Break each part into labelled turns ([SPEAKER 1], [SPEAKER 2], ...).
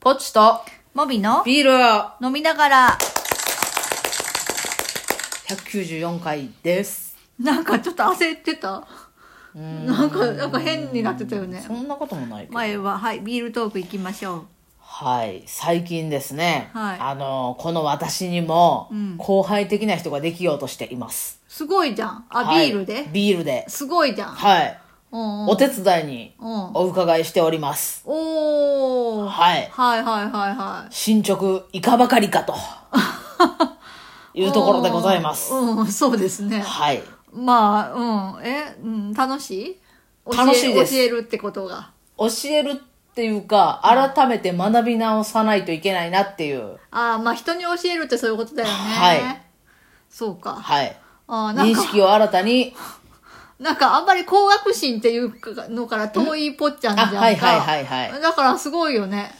[SPEAKER 1] ポチと
[SPEAKER 2] モビの
[SPEAKER 1] ビール
[SPEAKER 2] 飲みながら、
[SPEAKER 1] 194回です。
[SPEAKER 2] なんかちょっと焦ってた。
[SPEAKER 1] な
[SPEAKER 2] なんか、なんか変になってたよね
[SPEAKER 1] そ。んなこともないけど。
[SPEAKER 2] 前は、はい、ビールトーク行きましょ
[SPEAKER 1] はい。最近ですね、
[SPEAKER 2] はい
[SPEAKER 1] あの、この私にも、
[SPEAKER 2] うん
[SPEAKER 1] 後輩的な人ができようとしています
[SPEAKER 2] う。。すごいじゃん。あ、
[SPEAKER 1] はい
[SPEAKER 2] ビールで
[SPEAKER 1] ビールで。
[SPEAKER 2] すごいじゃん。
[SPEAKER 1] はい。
[SPEAKER 2] うんうん
[SPEAKER 1] お手伝いに
[SPEAKER 2] うん
[SPEAKER 1] お伺いしております。
[SPEAKER 2] おー。
[SPEAKER 1] はい。
[SPEAKER 2] はいはいはいは
[SPEAKER 1] 進捗いかばかり かと。
[SPEAKER 2] い。
[SPEAKER 1] いうところでございます。
[SPEAKER 2] うん、うんそうですね。
[SPEAKER 1] はい。
[SPEAKER 2] まあ、うん。え、うん、楽しい教え
[SPEAKER 1] 楽しいです
[SPEAKER 2] 教えるってことが。
[SPEAKER 1] 教えるっていうか、改めて学び直さないといけないなっていう。
[SPEAKER 2] ああ、まあ人に教えるってそういうことだよね。
[SPEAKER 1] はい。
[SPEAKER 2] そうか。
[SPEAKER 1] はい。
[SPEAKER 2] ああ、なん
[SPEAKER 1] 認
[SPEAKER 2] か、
[SPEAKER 1] 識を新たに。
[SPEAKER 2] なんかあんまり高学心っていうのから遠いぽっちゃんじゃんか。
[SPEAKER 1] あはいはいはいはい
[SPEAKER 2] だからすごいよね。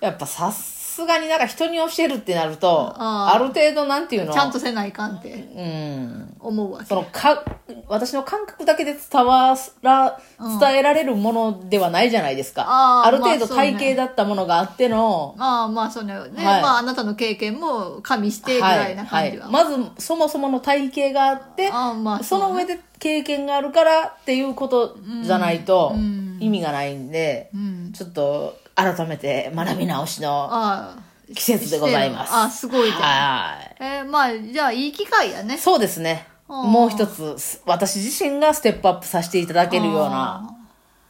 [SPEAKER 1] やっぱさすがになんか人に教えるってなると、
[SPEAKER 2] あ
[SPEAKER 1] あ
[SPEAKER 2] ー
[SPEAKER 1] る程度なんていうの
[SPEAKER 2] ちゃんとせないかんって
[SPEAKER 1] うん。
[SPEAKER 2] 思うわけ。
[SPEAKER 1] そのか、私の感覚だけで伝わら、伝えられるものではないじゃないですか。
[SPEAKER 2] あー
[SPEAKER 1] る程
[SPEAKER 2] まあ
[SPEAKER 1] 度
[SPEAKER 2] そうね
[SPEAKER 1] 体系だったものがあっての、
[SPEAKER 2] ああ、まあそうだよね。
[SPEAKER 1] はい
[SPEAKER 2] まああなたの経験も加味してぐらいな感じは。
[SPEAKER 1] まずそもそもの体系があって
[SPEAKER 2] あーまあ
[SPEAKER 1] その上で経験があるからっていうことじゃないと
[SPEAKER 2] うん
[SPEAKER 1] 意味がないんで、
[SPEAKER 2] うん。
[SPEAKER 1] ちょっと改めて学び直しの
[SPEAKER 2] ああ。
[SPEAKER 1] 季節でございます。
[SPEAKER 2] ああ、すごいじゃん。
[SPEAKER 1] はい。
[SPEAKER 2] えーまあじゃあいい機会やね。
[SPEAKER 1] そうですね。
[SPEAKER 2] あー
[SPEAKER 1] もう一つ、す私自身がステップアップさせていただけるような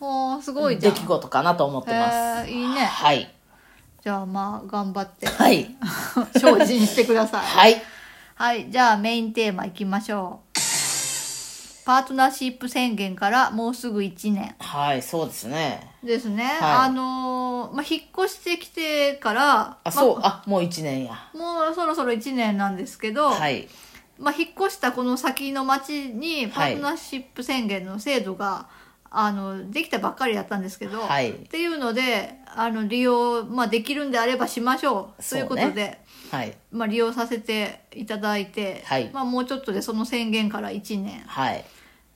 [SPEAKER 2] あー。ああ、すごいじゃ
[SPEAKER 1] 出
[SPEAKER 2] ん。
[SPEAKER 1] 来事かなと思ってます。
[SPEAKER 2] えーいいね
[SPEAKER 1] はい。
[SPEAKER 2] じゃあまあ頑張って
[SPEAKER 1] はい。
[SPEAKER 2] 精進してください。
[SPEAKER 1] はい。
[SPEAKER 2] はい、じゃあメインテーマいきましょう。パートナーシップ宣言からもうすぐ1年
[SPEAKER 1] はい、そうですね。
[SPEAKER 2] ですね。
[SPEAKER 1] はい
[SPEAKER 2] あのーまあ、引っ越してきてから、
[SPEAKER 1] あ、そう、あ、もう一年や。
[SPEAKER 2] もうそろそろ1年なんですけど、
[SPEAKER 1] はい。
[SPEAKER 2] まあ、引っ越したこの先の町にパートナーシップ宣言の制度が、あのできたばっかりだったんですけど、
[SPEAKER 1] はい
[SPEAKER 2] っていうのであの利用、まあ、できるんであればしましょうと
[SPEAKER 1] そう
[SPEAKER 2] い
[SPEAKER 1] ね
[SPEAKER 2] うことで、
[SPEAKER 1] はい。
[SPEAKER 2] まあ、利用させていただいて、
[SPEAKER 1] はい
[SPEAKER 2] まあ、もうちょっとでその宣言から1年
[SPEAKER 1] はい。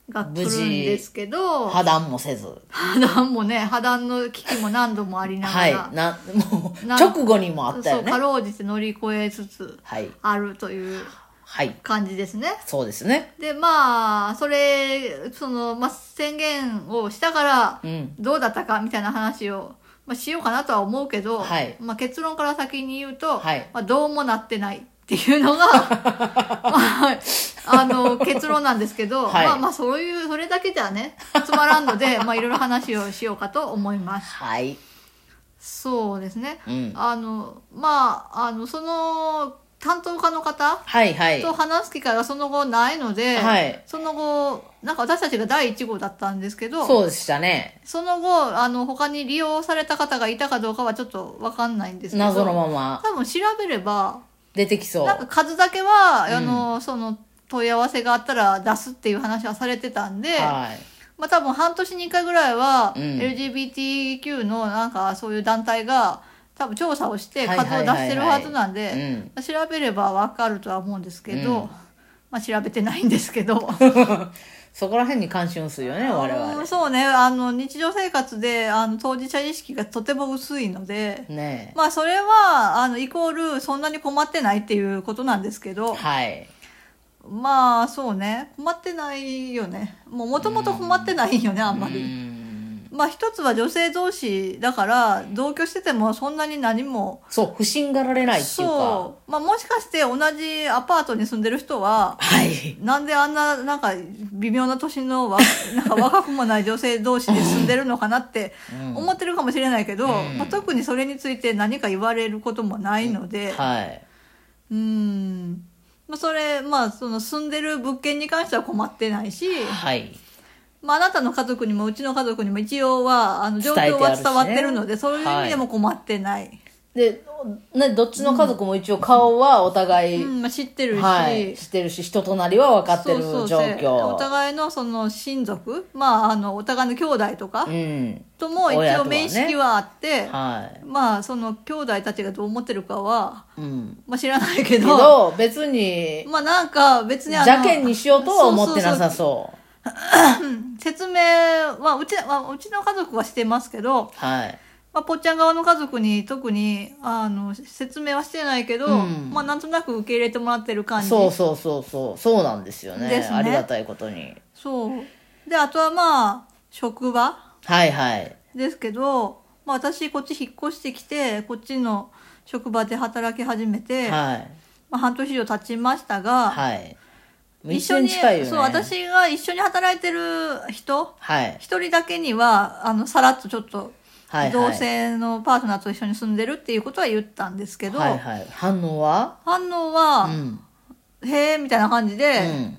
[SPEAKER 2] が来るんですけど
[SPEAKER 1] 破談もせず。
[SPEAKER 2] 破談もね破談の危機も何度もありなが
[SPEAKER 1] はい
[SPEAKER 2] ら、。
[SPEAKER 1] な、もう、
[SPEAKER 2] な
[SPEAKER 1] 直後にもあった
[SPEAKER 2] そ
[SPEAKER 1] よ
[SPEAKER 2] う
[SPEAKER 1] ね
[SPEAKER 2] か。ろうじて乗り越えつつ
[SPEAKER 1] はい。
[SPEAKER 2] あるという
[SPEAKER 1] はい。
[SPEAKER 2] 感じですね。
[SPEAKER 1] そうですね。
[SPEAKER 2] でまあそれその、まあ、宣言をしたから
[SPEAKER 1] うん。
[SPEAKER 2] どうだったかみたいな話を、まあ、しようかなとは思うけど、
[SPEAKER 1] はい
[SPEAKER 2] まあ、結論から先に言うと、
[SPEAKER 1] はい
[SPEAKER 2] まあ、どうもなってないっていうの が、はいあの結論なんですけど、
[SPEAKER 1] はい
[SPEAKER 2] まあまあそういうそれだけじゃねつまらんの で、まあ、いろいろ話をしようかと思います。
[SPEAKER 1] はい。
[SPEAKER 2] そうですね、
[SPEAKER 1] うん。
[SPEAKER 2] あのまああのその担当課の方
[SPEAKER 1] はいはい
[SPEAKER 2] と。話す機会がその後ないので、
[SPEAKER 1] はい
[SPEAKER 2] その後なんか私たちが第1号だったんですけど
[SPEAKER 1] そうでしたね。
[SPEAKER 2] その後あの他に利用された方がいたかどうかはちょっと分かんないんですけど
[SPEAKER 1] 謎のまま
[SPEAKER 2] 多分調べれば
[SPEAKER 1] 出てきそう
[SPEAKER 2] なん。か数だけは、
[SPEAKER 1] うん
[SPEAKER 2] あのその問い合わせがあったら出すっていう話はされてたんで、
[SPEAKER 1] はい。
[SPEAKER 2] まあ、多分半年に1回ぐらいは、
[SPEAKER 1] うん
[SPEAKER 2] LGBTQ のなんかそういう団体が多分調査をして
[SPEAKER 1] はい
[SPEAKER 2] 数
[SPEAKER 1] は
[SPEAKER 2] を
[SPEAKER 1] い
[SPEAKER 2] 出
[SPEAKER 1] はいは
[SPEAKER 2] し
[SPEAKER 1] い
[SPEAKER 2] てるはずなんで。
[SPEAKER 1] うん。
[SPEAKER 2] 調べればわかるとは思うんですけど、
[SPEAKER 1] うん
[SPEAKER 2] まあ調べてないんですけど
[SPEAKER 1] そこら辺に関心薄いよね、我
[SPEAKER 2] うん
[SPEAKER 1] 々。
[SPEAKER 2] そうねあの日常生活であの当事者意識がとても薄いので、
[SPEAKER 1] ね
[SPEAKER 2] まあそれはあのイコールそんなに困ってないっていうことなんですけ
[SPEAKER 1] え。
[SPEAKER 2] ど
[SPEAKER 1] はい。
[SPEAKER 2] まあそうね困ってないよねもうもともと困ってないよねあんま
[SPEAKER 1] う
[SPEAKER 2] り。
[SPEAKER 1] ん
[SPEAKER 2] まあ一つは女性同士だから同居しててもそんなに何も
[SPEAKER 1] そう、不審がられないっていうか。
[SPEAKER 2] そう、まあ、もしかして同じアパートに住んでる人は
[SPEAKER 1] はい。
[SPEAKER 2] なんであんな、なんか、微妙な年のわ、 なんか若くもない女性同士で住んでるのかなって
[SPEAKER 1] うん
[SPEAKER 2] 思ってるかもしれないけど、
[SPEAKER 1] うん
[SPEAKER 2] まあ、特にそれについて何か言われることもないので、
[SPEAKER 1] はい。
[SPEAKER 2] うん。まあ、それ、まあ、その住んでる物件に関しては困ってないし、
[SPEAKER 1] はい。
[SPEAKER 2] まあ、あなたの家族にもうちの家族にも一応は、あの、状
[SPEAKER 1] 伝えて
[SPEAKER 2] 況
[SPEAKER 1] ある
[SPEAKER 2] は
[SPEAKER 1] しね
[SPEAKER 2] 伝わってるので、そういう意味でも困ってない。
[SPEAKER 1] で、ね、どっちの家族も一応顔はお互い、
[SPEAKER 2] うん、まあ、知ってるし、
[SPEAKER 1] はい、知ってるし、人となりは分かってる
[SPEAKER 2] そう
[SPEAKER 1] 状
[SPEAKER 2] そうせお
[SPEAKER 1] 況。
[SPEAKER 2] 互いのその親族、まあ、あの、お互いの兄弟とか、
[SPEAKER 1] うん。
[SPEAKER 2] とも一
[SPEAKER 1] 親と
[SPEAKER 2] 応
[SPEAKER 1] はね
[SPEAKER 2] 面識はあって、
[SPEAKER 1] は
[SPEAKER 2] まあその兄弟たちがどう思ってるかは、
[SPEAKER 1] い。うん。
[SPEAKER 2] まあ、知らないけ
[SPEAKER 1] け
[SPEAKER 2] ど
[SPEAKER 1] ど、別に、
[SPEAKER 2] まあなんか別にあの
[SPEAKER 1] 邪険にしようとは思ってな
[SPEAKER 2] そう
[SPEAKER 1] さそう。
[SPEAKER 2] そうそう説明はうちはうちの家族はしてますけど
[SPEAKER 1] はい。
[SPEAKER 2] まあ、ぽっちゃん側の家族に特にあの説明はしてないけど、
[SPEAKER 1] うん
[SPEAKER 2] まあ、なんとなく受け入れてもらってる感じ
[SPEAKER 1] そうそうそうそうそうなんですよね
[SPEAKER 2] ですね
[SPEAKER 1] ありがたいことに
[SPEAKER 2] そうであとはまあ職場
[SPEAKER 1] はいはい
[SPEAKER 2] ですけど、まあ、私こっち引っ越してきてこっちの職場で働き始めて、
[SPEAKER 1] はい
[SPEAKER 2] まあ、半年以上経ちましたが、
[SPEAKER 1] はいもう
[SPEAKER 2] 一
[SPEAKER 1] 一
[SPEAKER 2] 緒
[SPEAKER 1] 緒
[SPEAKER 2] に
[SPEAKER 1] に近いよね
[SPEAKER 2] そう私が一緒に働いてる人
[SPEAKER 1] はい
[SPEAKER 2] 一人だけにはあのさらっとちょっと
[SPEAKER 1] はいはい
[SPEAKER 2] 同性のパートナーと一緒に住んでるっていうことは言ったんですけど、
[SPEAKER 1] はいはい反応は
[SPEAKER 2] 反応
[SPEAKER 1] う
[SPEAKER 2] は
[SPEAKER 1] ん、
[SPEAKER 2] 「へえ」みたいな感じ
[SPEAKER 1] う
[SPEAKER 2] で、
[SPEAKER 1] ん、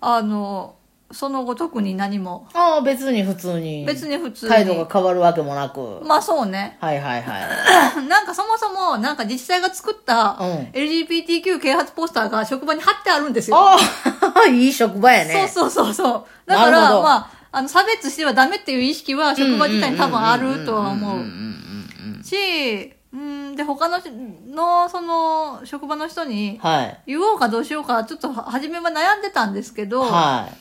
[SPEAKER 2] あのその後特に何も
[SPEAKER 1] ああ別に普通に
[SPEAKER 2] 別に普通に
[SPEAKER 1] 態度が変わるわけもなく、
[SPEAKER 2] まあそうね
[SPEAKER 1] はいはいは
[SPEAKER 2] なんかそもそも、なんか自治体が作った
[SPEAKER 1] うん
[SPEAKER 2] LGBTQ 啓発ポスターが職場に貼ってあるんです
[SPEAKER 1] い
[SPEAKER 2] よ。
[SPEAKER 1] ああ いい職場やね
[SPEAKER 2] そうそうそうそう。だか
[SPEAKER 1] なるほ
[SPEAKER 2] ら、
[SPEAKER 1] ど
[SPEAKER 2] まあ、あの、差別してはダメっていう意識は職場自体に多分あるとは思
[SPEAKER 1] んんん
[SPEAKER 2] うん
[SPEAKER 1] うんうん
[SPEAKER 2] し、うん、で、他のし、の、その、職場の人に
[SPEAKER 1] はい
[SPEAKER 2] 言おうかどうしようか、ちょっと初めは悩んでたんですけど、
[SPEAKER 1] はい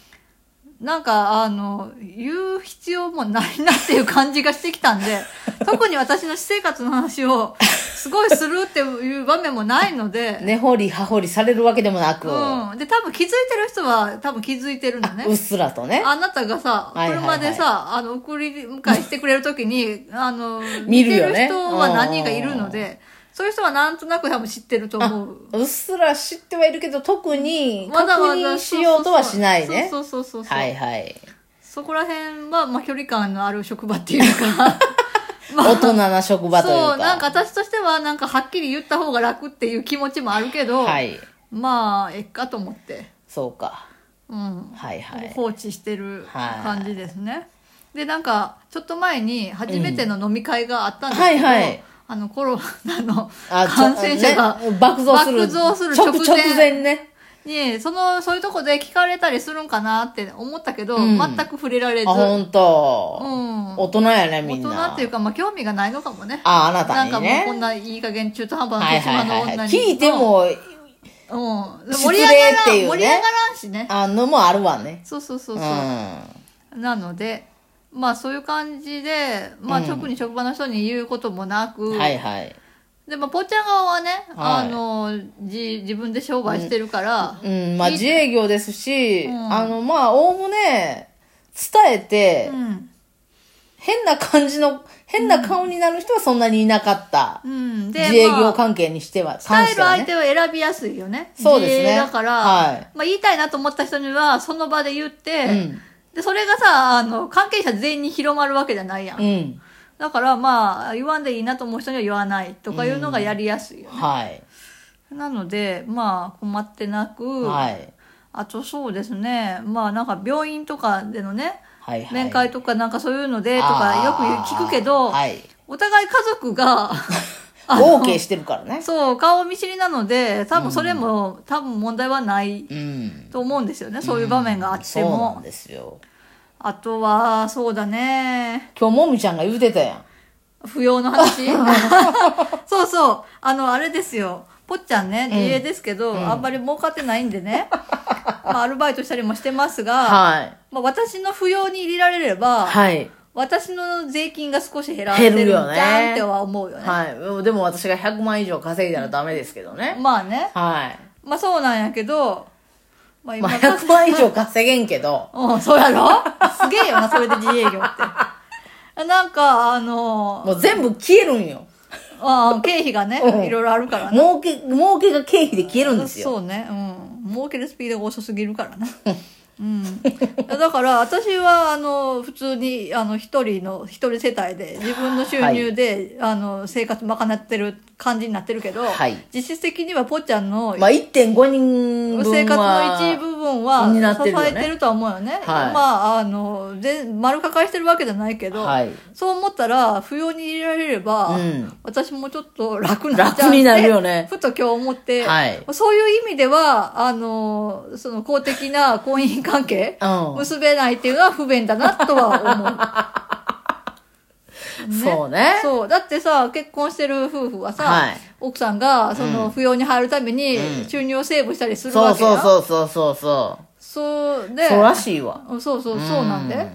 [SPEAKER 2] なんか、あの、言う必要もないなっていう感じがしてきたんで、 特に私の私生活の話を、すごいするっていう場面もないので、
[SPEAKER 1] 根掘り葉掘りされるわけでもなく、
[SPEAKER 2] うん。で、多分気づいてる人は、多分気づいてるんだね
[SPEAKER 1] うっ。すらとね
[SPEAKER 2] あなたがさ、
[SPEAKER 1] はいはいは
[SPEAKER 2] 車
[SPEAKER 1] い
[SPEAKER 2] でさ、あの、送り迎えしてくれるとき に、あの、
[SPEAKER 1] 見るよね
[SPEAKER 2] てる人は何人かいるので、そういう人はなんとなく多分知ってると思う。
[SPEAKER 1] うっすら知ってはいるけど特に
[SPEAKER 2] わ
[SPEAKER 1] 確
[SPEAKER 2] ざわざ
[SPEAKER 1] 認しようとはしないね
[SPEAKER 2] そうそうそうそうそう。
[SPEAKER 1] はいはい
[SPEAKER 2] そこら辺は、まあ、距離感のある職場っていうか。まあ
[SPEAKER 1] 大人な職 場というか
[SPEAKER 2] そう、なんか私としては、なんかはっきり言った方が楽っていう気持ちもあるけど、
[SPEAKER 1] はい
[SPEAKER 2] まあ、えっかと思って。
[SPEAKER 1] そうか
[SPEAKER 2] うん。
[SPEAKER 1] はいはい
[SPEAKER 2] 放置してる
[SPEAKER 1] はい
[SPEAKER 2] 感じですね、でなんかちょっと前に初めての飲み会があったんですけど、
[SPEAKER 1] うんはいはい
[SPEAKER 2] あのコロナの
[SPEAKER 1] あ
[SPEAKER 2] 感染者が、
[SPEAKER 1] ね、爆増する
[SPEAKER 2] 爆増する
[SPEAKER 1] 直
[SPEAKER 2] 直前
[SPEAKER 1] 直前ね
[SPEAKER 2] にそのそういうとこで聞かれたりするんかなって思ったけど、
[SPEAKER 1] うん
[SPEAKER 2] 全く触れられず、
[SPEAKER 1] あ本
[SPEAKER 2] う
[SPEAKER 1] 当、
[SPEAKER 2] ん、
[SPEAKER 1] 大人やねみ
[SPEAKER 2] 大
[SPEAKER 1] ん
[SPEAKER 2] 人
[SPEAKER 1] な
[SPEAKER 2] っていうか、まあ、興味がないのかもね
[SPEAKER 1] ああなた
[SPEAKER 2] なん
[SPEAKER 1] に
[SPEAKER 2] かもう
[SPEAKER 1] ね
[SPEAKER 2] こんないい加減中途半端な
[SPEAKER 1] はい
[SPEAKER 2] 年
[SPEAKER 1] はい
[SPEAKER 2] 島の
[SPEAKER 1] はい、は
[SPEAKER 2] 女
[SPEAKER 1] い、
[SPEAKER 2] に
[SPEAKER 1] 聞いても
[SPEAKER 2] うん、
[SPEAKER 1] 失
[SPEAKER 2] 盛り
[SPEAKER 1] 礼
[SPEAKER 2] 上
[SPEAKER 1] っ
[SPEAKER 2] がら
[SPEAKER 1] て
[SPEAKER 2] ん、
[SPEAKER 1] いうね
[SPEAKER 2] 盛り上がらんしね
[SPEAKER 1] あのもあるわね
[SPEAKER 2] そうそうそううそう、
[SPEAKER 1] ん
[SPEAKER 2] なので、まあそういう感じで、まあ
[SPEAKER 1] うん
[SPEAKER 2] 特に職場の人に言うこともなく、
[SPEAKER 1] はいはい
[SPEAKER 2] で、まあ、ぽっちゃん側はね、あ
[SPEAKER 1] はい
[SPEAKER 2] の、じ、自分で商売してるから、
[SPEAKER 1] うん、まあ
[SPEAKER 2] いい
[SPEAKER 1] 自営業ですし、
[SPEAKER 2] うん
[SPEAKER 1] あの、まあ、おおむね、伝えて、
[SPEAKER 2] うん、
[SPEAKER 1] 変な感じの、変な顔になる人はそんなにいなかった。
[SPEAKER 2] うん。で、
[SPEAKER 1] 自営業
[SPEAKER 2] まあ
[SPEAKER 1] 関係にしては、
[SPEAKER 2] 伝
[SPEAKER 1] 関
[SPEAKER 2] え
[SPEAKER 1] し
[SPEAKER 2] る
[SPEAKER 1] ては
[SPEAKER 2] 相
[SPEAKER 1] ね。
[SPEAKER 2] 手は選びやすいよね。
[SPEAKER 1] そうですね
[SPEAKER 2] 自営だから、
[SPEAKER 1] はい
[SPEAKER 2] まあ言いたいなと思った人には、その場で言って、
[SPEAKER 1] うん
[SPEAKER 2] で、それがさ、あの、関係者全員に広まるわけじゃないやん。
[SPEAKER 1] うん。
[SPEAKER 2] だから、まあ、言わんでいいなと思う人には言わないとかいうのがやりやすいよね。
[SPEAKER 1] はい。
[SPEAKER 2] なので、まあ、困ってなく、
[SPEAKER 1] はい。
[SPEAKER 2] あとそうですね。まあなんか病院とかでのね、
[SPEAKER 1] はい、はい。
[SPEAKER 2] 面会とかなんかそういうのでとかよく
[SPEAKER 1] あー
[SPEAKER 2] 聞くけど、
[SPEAKER 1] はい。
[SPEAKER 2] お互い家族が、あの
[SPEAKER 1] OK してるからね。
[SPEAKER 2] そう、顔見知りなので、多分それも、多分問題はない
[SPEAKER 1] うん。
[SPEAKER 2] と思うんですよね。そういう場面があって
[SPEAKER 1] そうな
[SPEAKER 2] も
[SPEAKER 1] ん。ですよ。
[SPEAKER 2] あとは、そうだね。
[SPEAKER 1] 今日もみちゃんが言うてたやん。
[SPEAKER 2] 不要の 話そうそう。あの、あれですよ。ぽっちゃんね、自営ですけど、あんまり儲かってないんで ね。まあ、アルバイトしたりもしてますが、
[SPEAKER 1] はい。
[SPEAKER 2] まあ、私の扶養に入れられれば、
[SPEAKER 1] はい。
[SPEAKER 2] 私の税金が少し減らせるん
[SPEAKER 1] 減る
[SPEAKER 2] じ
[SPEAKER 1] よね
[SPEAKER 2] ゃんっては思うよね。
[SPEAKER 1] はい。でも私が100万以上稼いだらダメですけどね。
[SPEAKER 2] まあね。
[SPEAKER 1] はい。
[SPEAKER 2] まあそうなんやけど、まあ
[SPEAKER 1] まあ、
[SPEAKER 2] 今、
[SPEAKER 1] 100万以上稼げんけど。
[SPEAKER 2] うん、そうやろすげえよな、それで自営業って。なんか、あの
[SPEAKER 1] もう全部消えるんよ。
[SPEAKER 2] あ経費が
[SPEAKER 1] うん
[SPEAKER 2] ね、いろいろあるからね。
[SPEAKER 1] 儲け、儲けが経費で消えるんですよ。
[SPEAKER 2] そうね、うん。儲けるスピードが遅すぎる からな。うん。だから、私は、あの、普通に、あの、一人の、一人世帯で、自分の収入で、あの、生活賄ってる感じになってるけど、
[SPEAKER 1] はい
[SPEAKER 2] 実質的にはぽっちゃんの、
[SPEAKER 1] まあ、1.5人分は。
[SPEAKER 2] 生活の一部分は
[SPEAKER 1] になってるよね
[SPEAKER 2] 支えてるとは思うよね。
[SPEAKER 1] はい
[SPEAKER 2] まあ、あの、全丸抱えしてるわけじゃないけど、
[SPEAKER 1] はい。
[SPEAKER 2] そう思ったら、不要に入れられれば、
[SPEAKER 1] うん
[SPEAKER 2] 私もちょっと楽になっちゃう
[SPEAKER 1] 楽になるよね
[SPEAKER 2] ふと今日思って、
[SPEAKER 1] はい
[SPEAKER 2] そういう意味では、あの、その公的な婚姻関係、
[SPEAKER 1] う
[SPEAKER 2] 結べないっていうのは不便だなと は思う。
[SPEAKER 1] ん。そうね。
[SPEAKER 2] そう。だってさ、結婚してる夫婦はさ、
[SPEAKER 1] はい
[SPEAKER 2] 奥さんが、その、扶養に入るため
[SPEAKER 1] う
[SPEAKER 2] に
[SPEAKER 1] ん、
[SPEAKER 2] 収入をセーブしたりする
[SPEAKER 1] そ
[SPEAKER 2] わ
[SPEAKER 1] う
[SPEAKER 2] けや、
[SPEAKER 1] そうそうそうそうそう。
[SPEAKER 2] そうで、
[SPEAKER 1] そうらしいわ。
[SPEAKER 2] そうそう、そうなんで。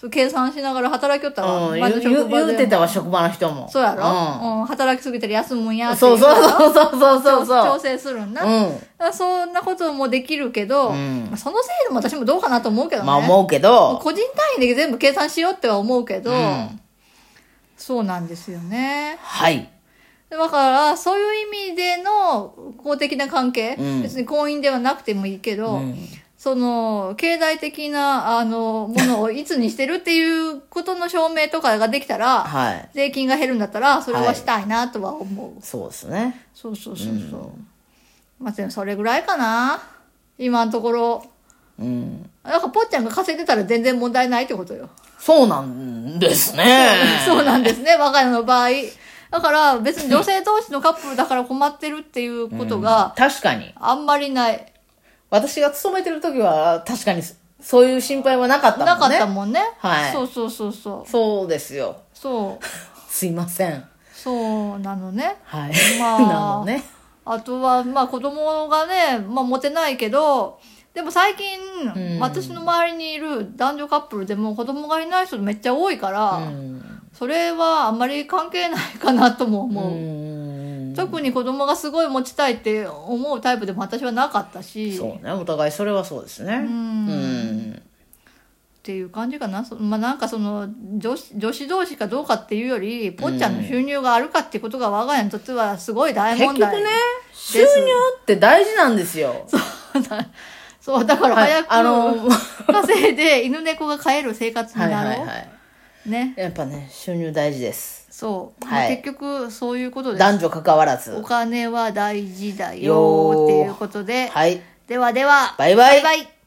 [SPEAKER 2] そう計算しながら働きよったわ、
[SPEAKER 1] うん、
[SPEAKER 2] 前の
[SPEAKER 1] 言う言う
[SPEAKER 2] 職場で
[SPEAKER 1] 言うてたわ、職場の人も。
[SPEAKER 2] そうやろ、
[SPEAKER 1] う
[SPEAKER 2] うん働きすぎたら休むんや
[SPEAKER 1] ん。そうそう
[SPEAKER 2] う
[SPEAKER 1] そうそうそうそ
[SPEAKER 2] 調
[SPEAKER 1] うそう。
[SPEAKER 2] 整するんな、
[SPEAKER 1] うん。
[SPEAKER 2] あそんなこともできるけど、
[SPEAKER 1] うん
[SPEAKER 2] まあその制度も私もどうかなと思うけどね、
[SPEAKER 1] まあ思うけ
[SPEAKER 2] もう
[SPEAKER 1] ど、
[SPEAKER 2] 個人単位で全部計算しようっては思うけど、
[SPEAKER 1] うん
[SPEAKER 2] そうなんですよね
[SPEAKER 1] はい。
[SPEAKER 2] だからそういう意味での公的な関係、
[SPEAKER 1] うん
[SPEAKER 2] 別に婚姻ではなくてもいいけど、
[SPEAKER 1] うん
[SPEAKER 2] その経済的なあのものをいつにしてるっていうことの証明とかができたら、
[SPEAKER 1] はい。
[SPEAKER 2] 税金が減るんだったらそれはしたいなとは思う、
[SPEAKER 1] そうですね。
[SPEAKER 2] そうそうそうそう、まあでもそれぐらいかな今のところ
[SPEAKER 1] うん。
[SPEAKER 2] なんかぽっちゃんが稼いでたら全然問題ないってことよ
[SPEAKER 1] そうなんですね。
[SPEAKER 2] そうなんですね、我が家の場合。だから別に女性同士のカップルだから困ってるっていうことが
[SPEAKER 1] 確かに。
[SPEAKER 2] あんまりない。
[SPEAKER 1] 私が勤めてる時は、確かにそそういう心配はなかったもんね。
[SPEAKER 2] なかったもんね。
[SPEAKER 1] はい
[SPEAKER 2] そうそうそうそう。
[SPEAKER 1] そうですよ。
[SPEAKER 2] そう。
[SPEAKER 1] すいません。
[SPEAKER 2] そうなのね。
[SPEAKER 1] はい。
[SPEAKER 2] まあ
[SPEAKER 1] なのね。
[SPEAKER 2] あとは、まあ子供がね、まあ持てないけど、でも最近、
[SPEAKER 1] うん
[SPEAKER 2] 私の周りにいる男女カップルでも子供がいない人めっちゃ多いから、
[SPEAKER 1] うん。
[SPEAKER 2] それはあんまり関係ないかなとも思う。
[SPEAKER 1] うん
[SPEAKER 2] 特に子供がすごい持ちたいって思うタイプでも私はなかったし。
[SPEAKER 1] そうね。お互いそれはそうです
[SPEAKER 2] ん
[SPEAKER 1] ね。う
[SPEAKER 2] っ
[SPEAKER 1] ん
[SPEAKER 2] ていう感じかな、そまあ、なんかその女子女子同士かどうかっていうよりぽっちゃんの収入があるかっていうことが我が家にとってはすごい大
[SPEAKER 1] 結
[SPEAKER 2] 問
[SPEAKER 1] 局
[SPEAKER 2] 題
[SPEAKER 1] ね、収入って大事なんですよ。
[SPEAKER 2] そうだから
[SPEAKER 1] はい
[SPEAKER 2] 早く、
[SPEAKER 1] あの
[SPEAKER 2] 稼いで犬猫が飼える生活に
[SPEAKER 1] はい
[SPEAKER 2] なろう、
[SPEAKER 1] はいはい。
[SPEAKER 2] ね
[SPEAKER 1] やっぱね、収入大事です。
[SPEAKER 2] そう、
[SPEAKER 1] は
[SPEAKER 2] ま
[SPEAKER 1] い
[SPEAKER 2] あ結局そういうことです
[SPEAKER 1] 男女関わらず
[SPEAKER 2] お。金は大事だ
[SPEAKER 1] よ
[SPEAKER 2] よ
[SPEAKER 1] ー
[SPEAKER 2] っていうことで、
[SPEAKER 1] はい。
[SPEAKER 2] ではでは
[SPEAKER 1] バイバイ
[SPEAKER 2] バイバイ